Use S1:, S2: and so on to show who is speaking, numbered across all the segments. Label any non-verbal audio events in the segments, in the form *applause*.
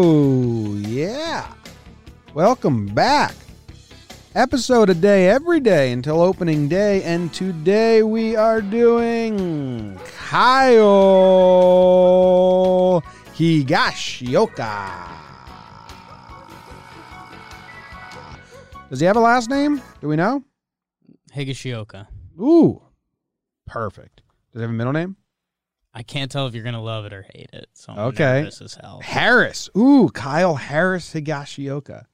S1: Oh, welcome back. Episode a day every day until opening day, and today we are doing Kyle Higashioka. Does he have a last name? Do we know?
S2: Higashioka.
S1: Ooh, perfect. Does he have a middle name?
S2: I can't tell if you're gonna love it or hate it. So I'm
S1: Okay.
S2: nervous as hell.
S1: Harris. Ooh, Kyle Harris Higashioka.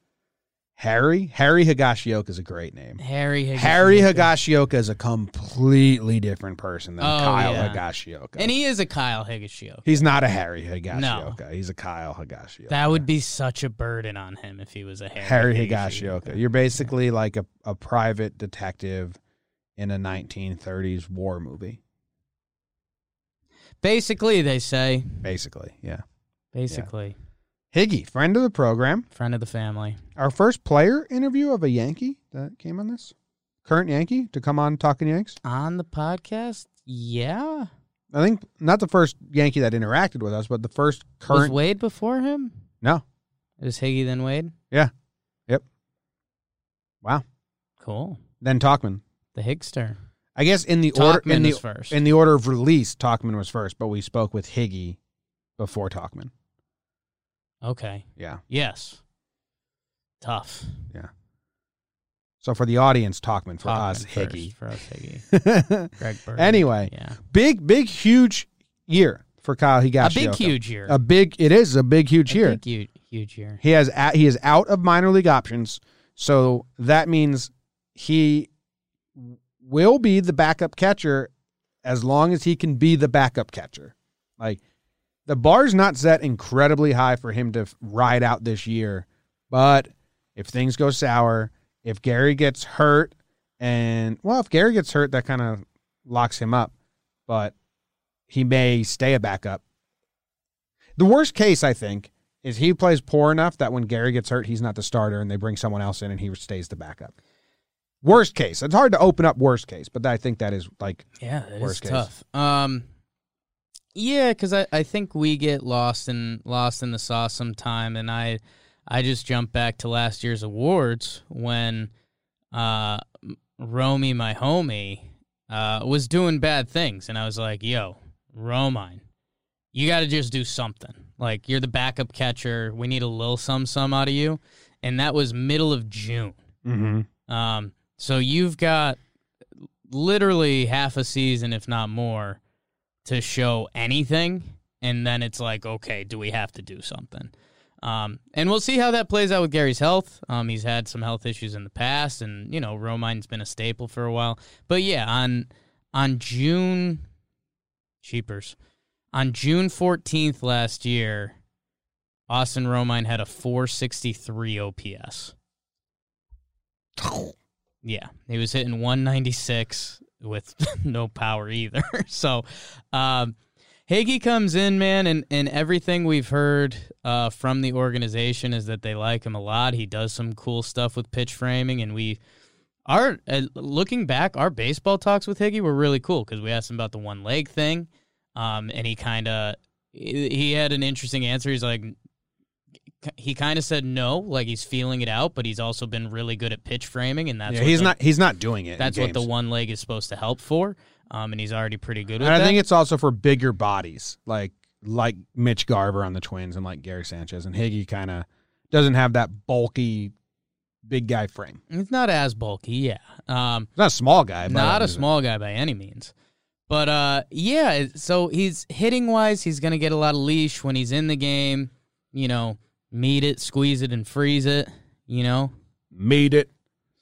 S1: Harry? Harry Higashioka is a great name.
S2: Harry Higashioka.
S1: Harry Higashioka is a completely different person than
S2: Oh,
S1: Kyle
S2: yeah.
S1: Higashioka.
S2: And he is a Kyle Higashioka.
S1: He's not a Harry Higashioka. He's a Kyle Higashioka.
S2: That would be such a burden on him if he was a Harry,
S1: Harry Higashioka. You're basically like a, a private detective in a 1930s war movie,
S2: Basically, they say.
S1: basically. Yeah.
S2: Basically,
S1: Higgy, friend of the program.
S2: friend of the family.
S1: Our first player interview of a Yankee that came on this. Current Yankee to come on Talking Yanks.
S2: On the podcast, yeah.
S1: I think not the first Yankee that interacted with us, but the first
S2: Was
S1: current.
S2: Wade before him?
S1: no.
S2: It was Higgy then Wade.
S1: Wow.
S2: Cool.
S1: Then Talkman.
S2: The Higster.
S1: I guess in the order
S2: Talkman
S1: in the
S2: is first.
S1: in the order of release, Talkman was first, but we spoke with Higgy before Talkman.
S2: okay.
S1: Yeah.
S2: Yes. Tough.
S1: So for the audience, Talkman for
S2: Talkman
S1: us,
S2: first, For us, Higgy.
S1: Higgy.
S2: Greg Bird.
S1: Anyway.
S2: Yeah.
S1: *laughs* big, big, huge year for Kyle
S2: A
S1: Higashioka.
S2: big, huge year.
S1: A big. It is a big, huge year.
S2: A big, huge, huge year.
S1: He has a he is out of minor league options, so that means he will be the backup catcher as long as he can be the backup catcher. Like the bar's not set incredibly high for him to f- ride out this year, but if things go sour, if Gary gets hurt, and well, if Gary gets hurt, that kind of locks him up, but he may stay a backup. The worst case, I think, is he plays poor enough that when Gary gets hurt, he's not the starter and they bring someone else in and he stays the backup. Worst case. It's hard to open up worst case, but I think that is like
S2: Yeah, that is
S1: Worst case.
S2: tough. Um, yeah, because I, I think we get lost in lost in the sauce sometime, and I I just jump back to last year's awards when uh M- Romy, my homie, uh was doing bad things, and I was like, "Yo, Romine, you got to just do something. Like you're the backup catcher. We need a little some some out of you." And that was middle of June.
S1: mm-hmm.
S2: Um, so you've got literally half a season, if not more, to show anything, and then it's like, okay, do we have to do something? Um, and we'll see how that plays out with Gary's health. Um, he's had some health issues in the past, and you know, Romine's been a staple for a while. But yeah, on on June, cheapers, on June fourteenth last year, Austin Romine had a four sixty three OPS. Yeah, he was hitting 196 with *laughs* no power either. so, um, Hagee comes in, man, and, and everything we've heard uh, from the organization is that they like him a lot. He does some cool stuff with pitch framing, and we our uh, looking back, our baseball talks with Higgy were really cool because we asked him about the one leg thing, um, and he kind of he he had an interesting answer. He's like, he kind of said no, like he's feeling it out, but he's also been really good at pitch framing, and that's
S1: yeah,
S2: what
S1: he's
S2: the-
S1: not he's not doing it. in
S2: that's what the
S1: games.
S2: one leg is supposed to help for, um, and he's already pretty good with
S1: And I
S2: that.
S1: think it's also for bigger bodies, like like Mitch Garver on the Twins and like Gary Sanchez and Higgy kind of doesn't have that bulky big guy frame.
S2: it's not as bulky, yeah. Um,
S1: He's not a small guy, but
S2: not a small guy by any means. But uh, yeah, so he's hitting wise, he's gonna get a lot of leash when he's in the game. You know, meet it, squeeze it, and freeze it. You know,
S1: Meet it,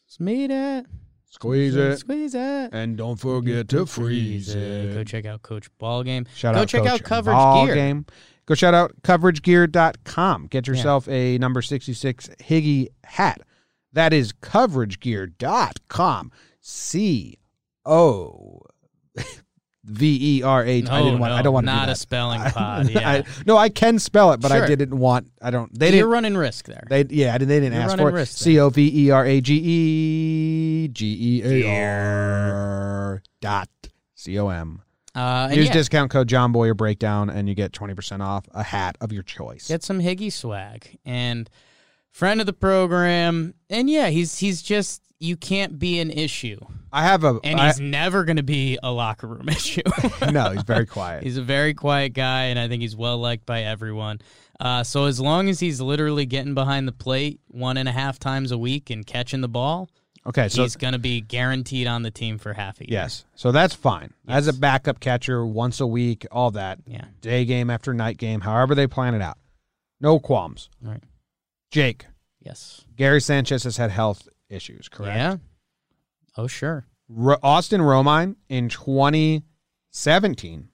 S2: just meet it,
S1: squeeze it,
S2: squeeze it.
S1: and don't forget to freeze
S2: Go
S1: it.
S2: check out Coach Ball Game.
S1: Shout
S2: Go
S1: out
S2: check
S1: Coach
S2: out Coverage
S1: Ball
S2: Gear.
S1: Game. Go shout out coveragegear.com. Get yourself a number 66 Higgy hat. That is coveragegear.com. C O V E R H. I
S2: No,
S1: didn't want
S2: Oh, no,
S1: I don't want to do
S2: not a
S1: that.
S2: spelling pod.
S1: *laughs*
S2: Yeah,
S1: I, no, I can spell it, but I
S2: Sure.
S1: didn't want I don't they
S2: you're
S1: didn't
S2: running risk there.
S1: they yeah, I didn't- they didn't
S2: You're
S1: ask
S2: running
S1: for it.
S2: risk there.
S1: C O V E R A G E G E A R dot C O M.
S2: Uh, and
S1: Use
S2: yeah,
S1: discount code John Boyer Breakdown and you get 20% off a hat of your choice.
S2: get some Higgy swag. And friend of the program, and yeah, he's he's just you can't be an issue,
S1: I have a
S2: and
S1: I-
S2: he's never going to be a locker room *laughs* issue.
S1: *laughs* no. He's very quiet.
S2: *laughs* He's a very quiet guy, and I think he's well liked by everyone. Uh, so as long as he's literally getting behind the plate one and a half times a week and catching the ball,
S1: okay, so
S2: he's going to be guaranteed on the team for half a year.
S1: yes, so that's fine as a backup catcher once a week, all that
S2: Yeah.
S1: day game after night game, however they plan it out. No qualms.
S2: Right.
S1: Jake
S2: Yes.
S1: Gary Sanchez has had health issues, correct?
S2: Yeah. Oh sure.
S1: Ro- Austin Romine in 2017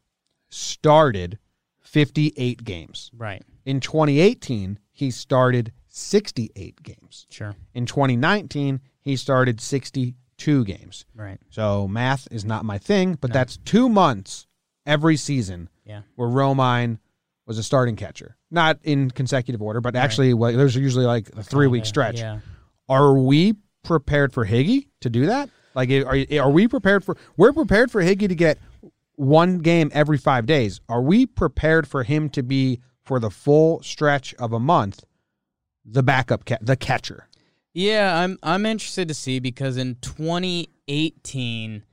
S1: started 58 games.
S2: Right.
S1: In 2018, he started 68 games.
S2: Sure.
S1: In 2019, he started 62 games.
S2: Right.
S1: So math is not my thing, but
S2: No.
S1: that's two months every season
S2: Yeah.
S1: where Romine was a starting catcher. Not in consecutive order, but actually, well, there's usually like a three week
S2: Kinda,
S1: stretch.
S2: Yeah.
S1: Are we prepared for Higgy to do that? Like, are are we prepared for? We're prepared for Higgy to get one game every five days. Are we prepared for him to be for the full stretch of a month the backup, ca- the catcher?
S2: Yeah, I'm I'm interested to see because in 2018,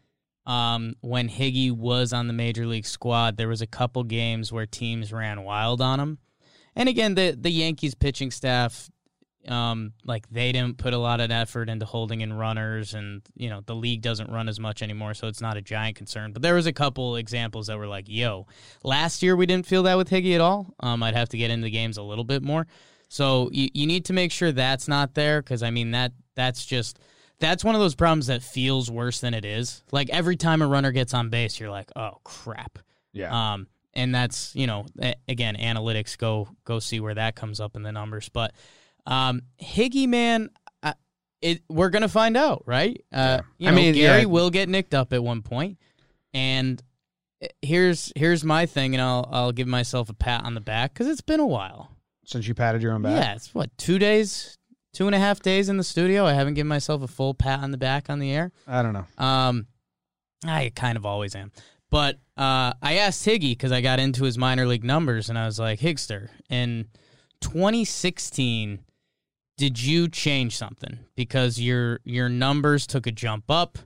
S2: um, when Higgy was on the major league squad, there was a couple games where teams ran wild on him, and again, the the Yankees pitching staff, um, like they didn't put a lot of effort into holding in runners, and you know the league doesn't run as much anymore, so it's not a giant concern. But there was a couple examples that were like, yo, last year we didn't feel that with Higgy at all. Um, I'd have to get into the games a little bit more. So you, you need to make sure that's not there because I mean that that's just that's one of those problems that feels worse than it is. Like every time a runner gets on base, you're like, oh crap.
S1: Yeah,
S2: Um, and that's you know a- again analytics go go see where that comes up in the numbers. But um, Higgy man, I, it, we're gonna find out, right? Uh, you
S1: I
S2: know,
S1: mean,
S2: Gary
S1: yeah.
S2: will get nicked up at one point, and eh, here's here's my thing, and I'll I'll give myself a pat on the back because it's been a while.
S1: since you patted your own back.
S2: Yeah, it's what two days, two and a half days in the studio. I haven't given myself a full pat on the back on the air.
S1: I don't know.
S2: Um, I kind of always am. But uh, I asked Higgy because I got into his minor league numbers and I was like, Higster, in 2016, did you change something? Because your your numbers took a jump up,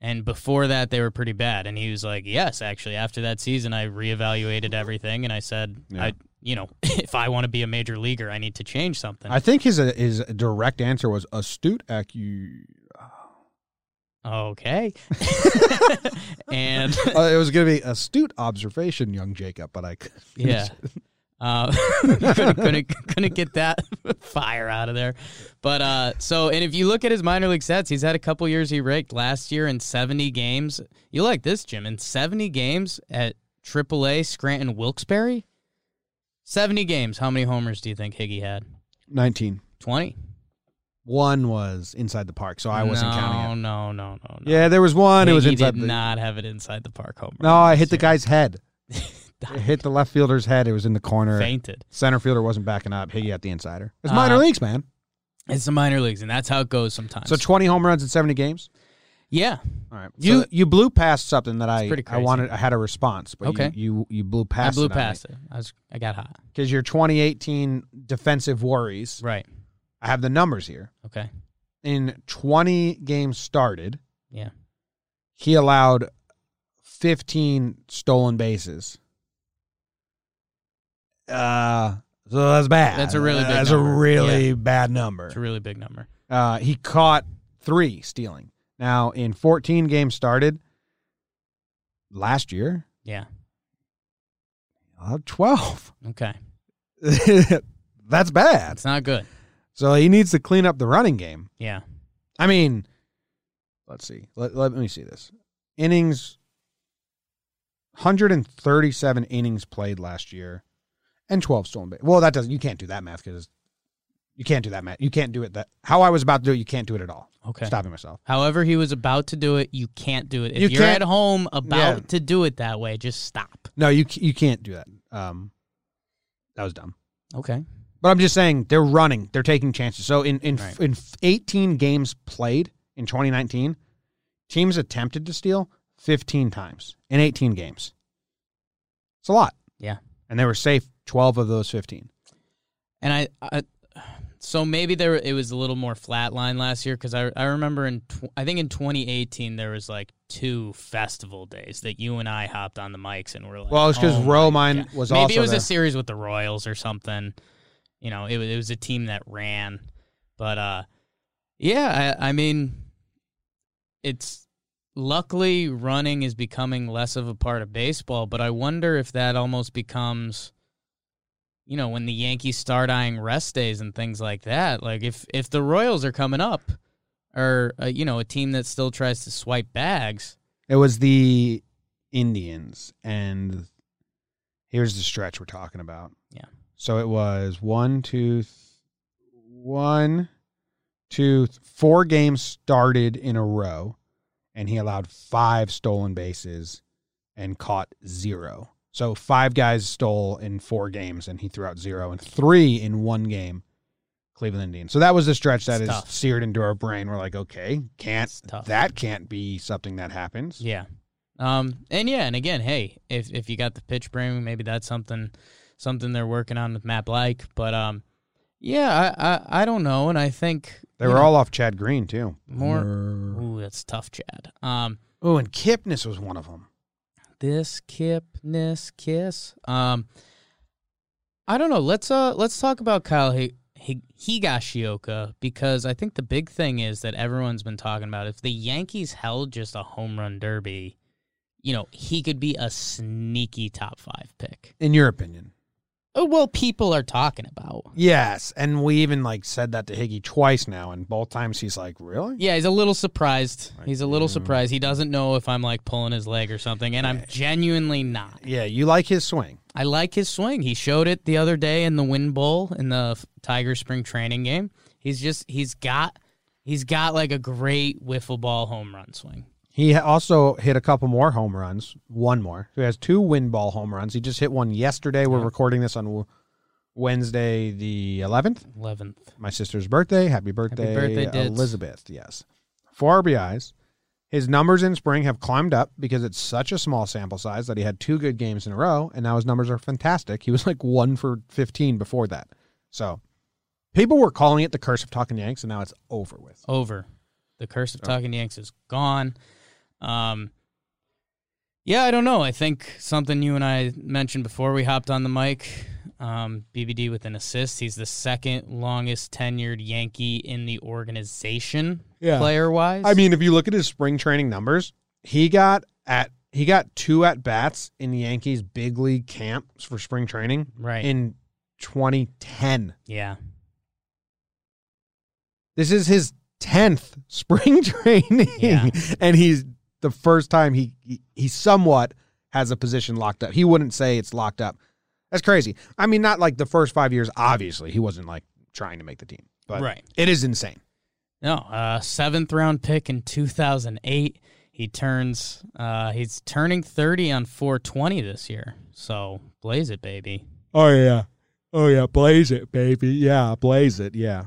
S2: and before that they were pretty bad. And he was like, Yes, actually, after that season, I reevaluated everything, and I said,
S1: Yeah.
S2: I you know, *laughs* if I want to be a major leaguer, I need to change something.
S1: I think his uh, his direct answer was astute accu. *laughs*
S2: okay, *laughs* and
S1: Uh, it was going to be astute observation, young Jacob, but I could.
S2: Yeah. *laughs* Uh, *laughs* couldn't, couldn't, couldn't get that *laughs* fire out of there. But uh, so, and if you look at his minor league stats, he's had a couple years he raked last year in 70 games. You like this, Jim, in 70 games at AAA Scranton Wilkes-Barre? 70 games. How many homers do you think Higgy had?
S1: 19.
S2: 20?
S1: One was inside the park, so I wasn't
S2: no,
S1: counting it.
S2: No, no, no, no.
S1: Yeah, there was one. it was
S2: Higgy
S1: inside
S2: did
S1: the.
S2: not have it inside the park homer.
S1: no, I hit the
S2: Seriously.
S1: guy's
S2: *laughs*
S1: head. It hit the left fielder's head. It was in the corner.
S2: Fainted.
S1: Center fielder wasn't backing up. Higgy at the insider. It's minor
S2: Uh,
S1: leagues, man.
S2: It's the minor leagues, and that's how it goes sometimes.
S1: So 20 home runs in 70 games.
S2: yeah,
S1: All right.
S2: So
S1: You
S2: that-
S1: you blew past something that I
S2: pretty
S1: I
S2: crazy.
S1: wanted. I had a response, but
S2: Okay.
S1: you, you you blew
S2: I
S1: past.
S2: blew past it. I was, I got hot.
S1: because your 2018 defensive worries.
S2: Right.
S1: I have the numbers here.
S2: Okay.
S1: In 20 games started,
S2: Yeah.
S1: he allowed 15 stolen bases. Uh, so that's bad.
S2: That's a really big
S1: that's a
S2: number.
S1: really bad number.
S2: It's a really big number.
S1: Uh, he caught three stealing. Now in 14 games started last year,
S2: Yeah.
S1: he allowed 12.
S2: Okay.
S1: *laughs* that's bad.
S2: That's not good.
S1: So he needs to clean up the running game.
S2: Yeah.
S1: I mean, let's see. Let, let me see this. Innings 137 innings played last year and 12 stolen bases. Well, that doesn't you can't do that math cuz you can't do that math. You can't do it that how I was about to do it, you can't do it at all.
S2: Okay.
S1: Stopping myself.
S2: However, he was about to do it. You can't do it. If
S1: You
S2: you are
S1: can't-
S2: at home about
S1: Yeah.
S2: to do it that way, just stop.
S1: No, you c- you can't do that. Um that was dumb.
S2: Okay.
S1: But I'm just saying they're running, they're taking chances. So in in
S2: Right.
S1: in 18 games played in 2019, teams attempted to steal 15 times in 18 games. It's a lot.
S2: Yeah.
S1: And they were safe 12 of those 15.
S2: And I, I So maybe there it was a little more flat line last year because I I remember in tw- I think in 2018 there was like two festival days that you and I hopped on the mics and were like,
S1: Well, it's because
S2: "Oh my
S1: row mine
S2: God."
S1: was
S2: maybe
S1: also
S2: it was
S1: there.
S2: a series with the Royals or something. You know, it was it was a team that ran, but uh, yeah, I, I mean, it's luckily running is becoming less of a part of baseball, but I wonder if that almost becomes you know, when the Yankees start eyeing rest days and things like that, like if if the Royals are coming up or uh, you know, a team that still tries to swipe bags,
S1: It was the Indians, and here's the stretch we're talking about.
S2: Yeah.
S1: So it was one, two, th- one, two, th- four games started in a row, and he allowed five stolen bases and caught zero. So five guys stole in four games, and he threw out zero and three in one game. Cleveland Indians. So that was the stretch that
S2: It's
S1: is
S2: tough.
S1: seared into our brain. We're like, okay, can't
S2: It's tough.
S1: that can't be something that happens.
S2: Yeah. Um and yeah, and again, hey, if if you got the pitch bring, maybe that's something something they're working on with Matt Blake. But um yeah, I I, I don't know, and I think
S1: They
S2: you
S1: were
S2: know,
S1: all off Chad Green too.
S2: more Ooh, that's tough, Chad. Um
S1: Oh, and Kipnis was one of them.
S2: this kipness kiss. Um, I don't know. Let's uh let's talk about Kyle Hi- Hi- Higashioka because I think the big thing is that everyone's been talking about if the Yankees held just a home run derby, you know he could be a sneaky top five pick.
S1: In your opinion?
S2: Oh well, people are talking about.
S1: Yes, and we even like said that to Higgy twice now, and both times he's like, "Really?"
S2: Yeah, he's a little surprised.
S1: Like,
S2: He's a little
S1: mm.
S2: surprised. He doesn't know if I'm like pulling his leg or something, and I'm genuinely not.
S1: Yeah, you like his swing.
S2: I like his swing. He showed it the other day in the Win Bowl in the F- Tiger spring training game. He's just he's got he's got like a great wiffle ball home run swing.
S1: He ha- also hit a couple more home runs. One more. He has two win ball home runs. He just hit one yesterday. We're
S2: Yeah.
S1: recording this on w- Wednesday, the eleventh.
S2: Eleventh.
S1: my sister's birthday. Happy birthday,
S2: birthday, Ditz.
S1: Elizabeth. Yes. Four RBIs. His numbers in spring have climbed up because it's such a small sample size that he had two good games in a row, and now his numbers are fantastic. He was like one for 15 before that. So people were calling it the curse of talking Yanks, and now it's over with.
S2: Over. The curse
S1: Oh.
S2: of talking Yanks is gone. Um Yeah, I don't know. I think something you and I mentioned before we hopped on the mic. Um, BBD with an assist. He's the second longest tenured Yankee in the organization,
S1: Yeah.
S2: player wise.
S1: I mean, if you look at his spring training numbers, he got at he got two at bats in the Yankees big league camps for spring training
S2: right?
S1: in 2010.
S2: yeah,
S1: This is his tenth *laughs* spring training,
S2: Yeah.
S1: and he's the first time he, he he somewhat has a position locked up. He wouldn't say it's locked up. That's crazy. I mean, not like the first five years. Obviously, he wasn't like trying to make the team, but
S2: right.
S1: it is insane.
S2: No, uh, seventh round pick in 2008. He turns, uh, he's turning 30 on 420 this year. So blaze it, baby.
S1: Oh yeah, oh yeah, blaze it, baby. Yeah, blaze it. Yeah,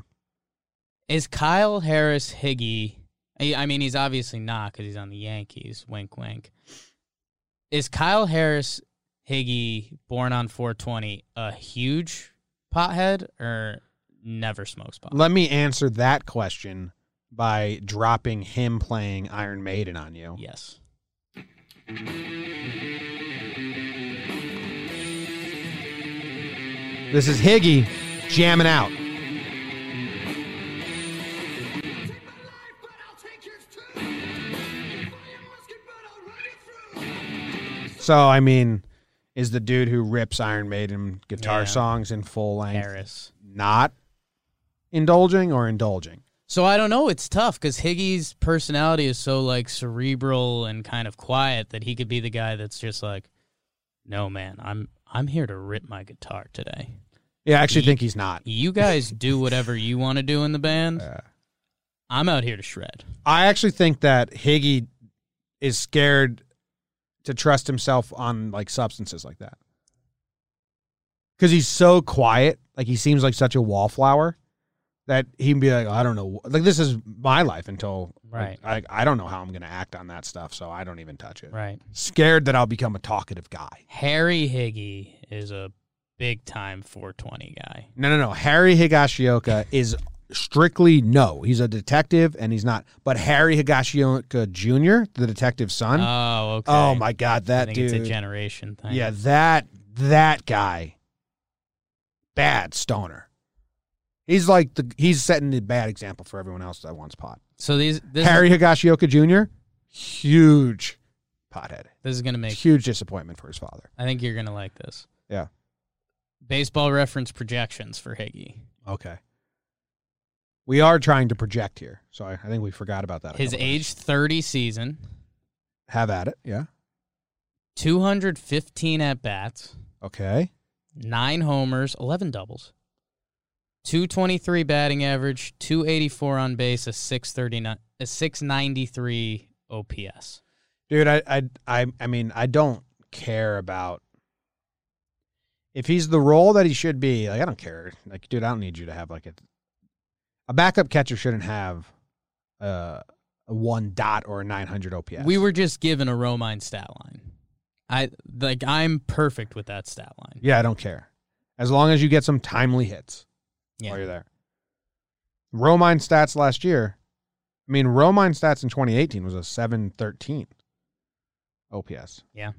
S2: Is Kyle Harris Higgy? I I mean, he's obviously not because he's on the Yankees. Wink, wink. Is Kyle Harris Higgy, born on 420, a huge pothead or never smokes pot?
S1: let me answer that question by dropping him playing Iron Maiden on you.
S2: Yes.
S1: This is Higgy jamming out. So I mean, is the dude who rips Iron Maiden guitar
S2: Yeah.
S1: songs in full length
S2: Harris.
S1: not indulging or indulging?
S2: So I don't know. It's tough because Higgy's personality is so like cerebral and kind of quiet that he could be the guy that's just like, "No, man, I'm I'm here to rip my guitar today.
S1: Yeah, I actually think he's not.
S2: You guys do whatever you want to do in the band.
S1: Yeah.
S2: I'm out here to shred."
S1: I actually think that Higgy is scared to trust himself on like substances like that. Cuz he's so quiet, like he seems like such a wallflower that he'd be like, I don't know, like this is my life until
S2: Right.
S1: like, I I don't know how I'm going to act on that stuff, so I don't even touch it.
S2: Right.
S1: Scared that I'll become a talkative guy.
S2: Harry Higgy is a big time 420 guy.
S1: No, no, no. Harry Higashioka is strictly no. He's a detective and he's not. But Harry Higashioka Jr., the detective's son.
S2: Oh, okay.
S1: oh my God,
S2: I
S1: that
S2: think
S1: dude.
S2: it's a generation thing.
S1: yeah, that that guy. Bad stoner. He's like the he's setting a bad example for everyone else that wants pot.
S2: So these this
S1: Harry Higashioka Jr., huge pothead.
S2: this is gonna make.
S1: Huge disappointment for his father.
S2: I think you're gonna like this.
S1: Yeah.
S2: Baseball reference projections for Higgy.
S1: Okay. We are trying to project here. So I, I think we forgot about that. a
S2: His
S1: couple times.
S2: age 30 season,
S1: Have at it. Yeah.
S2: 215 at bats,
S1: Okay.
S2: nine homers, 11 doubles, 223 batting average, 284 on base, a 639, a 693 OPS.
S1: Dude, I I I, I mean, I don't care about if he's the role that he should be. Like I don't care. Like dude, I don't need you to have like a a backup catcher shouldn't have uh, a 1 dot or a 900 OPS.
S2: We were just given a Romine stat line. I like I'm perfect with that stat line.
S1: Yeah, I don't care. As long as you get some timely hits
S2: Yeah.
S1: while you're there. Romine stats last year. I mean, Romine stats in 2018 was a 713 OPS.
S2: Yeah.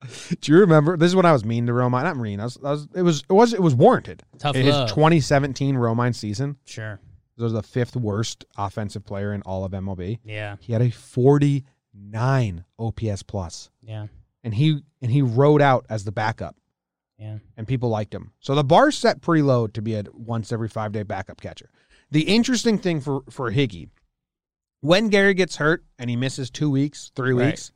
S1: *laughs* Do you remember? This is when I was mean to Romine. Not mean. I was, I was, it was. It was. It was warranted.
S2: Tough
S1: His
S2: love.
S1: 2017 Romine season
S2: sure.
S1: this was the fifth worst offensive player in all of MLB.
S2: Yeah.
S1: He had a 49 OPS plus,
S2: Yeah.
S1: and he and he rode out as the backup
S2: Yeah.
S1: and people liked him. So the bar's set pretty low to be a once every five day backup catcher. The interesting thing for for Higgy, when Gary gets hurt and he misses two weeks, three
S2: Right.
S1: weeks,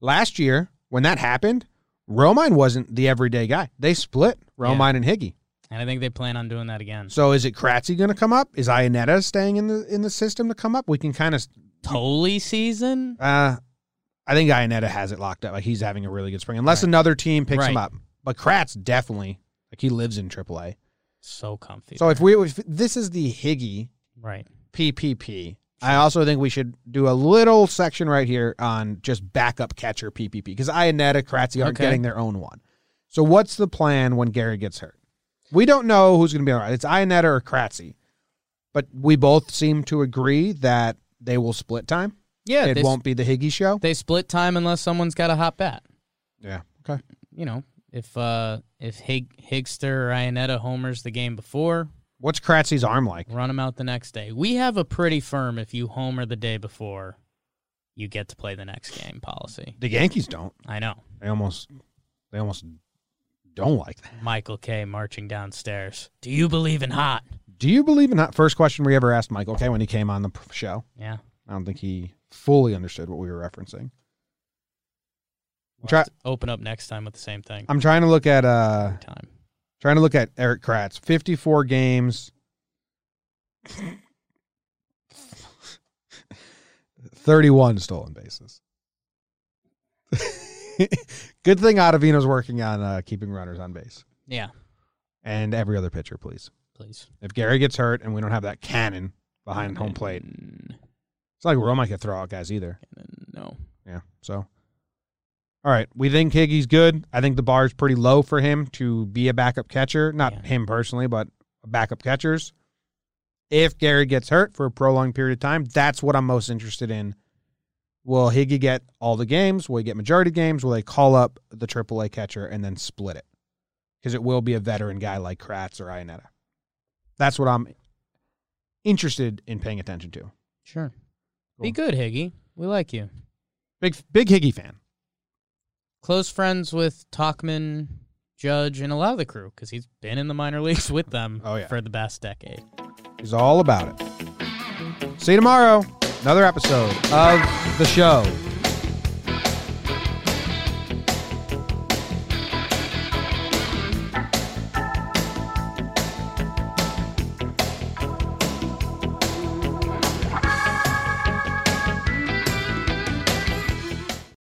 S1: last year when that happened, Romine wasn't the everyday guy. They split Romine and Higgy.
S2: And I think they plan on doing that again.
S1: So is it Kratzy going to come up? Is Ionetta staying in the in the system to come up? We can kind of.
S2: Tolly season?
S1: Uh, I think Ionetta has it locked up. Like he's having a really good spring, unless
S2: Right.
S1: another team picks him
S2: Right.
S1: up. But Kratz definitely like he lives in AAA.
S2: So comfy.
S1: So if we if this is the Higgy
S2: right.
S1: PPP, I also think we should do a little section right here on just backup catcher PPP because Ionetta, Kratzy aren't
S2: Okay.
S1: getting their own one. So what's the plan when Gary gets hurt? We don't know who's going to be all right. It's Ionetta or Kratzy, but we both seem to agree that they will split time.
S2: Yeah,
S1: it
S2: they,
S1: won't be the Higgy show.
S2: they split time unless someone's got a hot bat.
S1: Yeah. Okay.
S2: You know, if uh if Hig- Higster or Ionetta homers the game before,
S1: What's Kratzy's arm like?
S2: run them out the next day. We have a pretty firm if you homer the day before, you get to play the next game policy.
S1: The Yankees don't.
S2: I know.
S1: They almost. They almost don't like that.
S2: Michael K marching downstairs. Do you believe in hot?
S1: Do you believe in that? First question we ever asked Michael K when he came on the p- show.
S2: Yeah.
S1: I don't think he fully understood what we were referencing.
S2: We'll
S1: Try-
S2: have to open up next time with the same thing.
S1: I'm trying to look at uh
S2: Every time.
S1: trying to look at Eric Kratz. 54 games. *laughs* 31 stolen bases. *laughs* Good thing Ottavino's working on uh, keeping runners on base.
S2: Yeah,
S1: And every other pitcher, please.
S2: please.
S1: If Gary gets hurt and we don't have that cannon behind home plate, it's like Roma could throw out guys either.
S2: No.
S1: Yeah. So, all right. We think Higgy's good. I think the bar is pretty low for him to be a backup catcher. Not
S2: Yeah.
S1: him personally, but backup catchers. If Gary gets hurt for a prolonged period of time, that's what I'm most interested in. Will Higgy get all the games? Will he get majority games? Will they call up the AAA catcher and then split it? Because it will be a veteran guy like Kratz or Ionetta. That's what I'm interested in paying attention to.
S2: Sure.
S1: Cool.
S2: Be good, Higgy. We like you.
S1: Big big Higgy fan.
S2: Close friends with Talkman, Judge, and a lot of the crew because he's been in the minor leagues with them
S1: Oh, yeah.
S2: for the past decade.
S1: is all about it. See you tomorrow. Another episode of the show.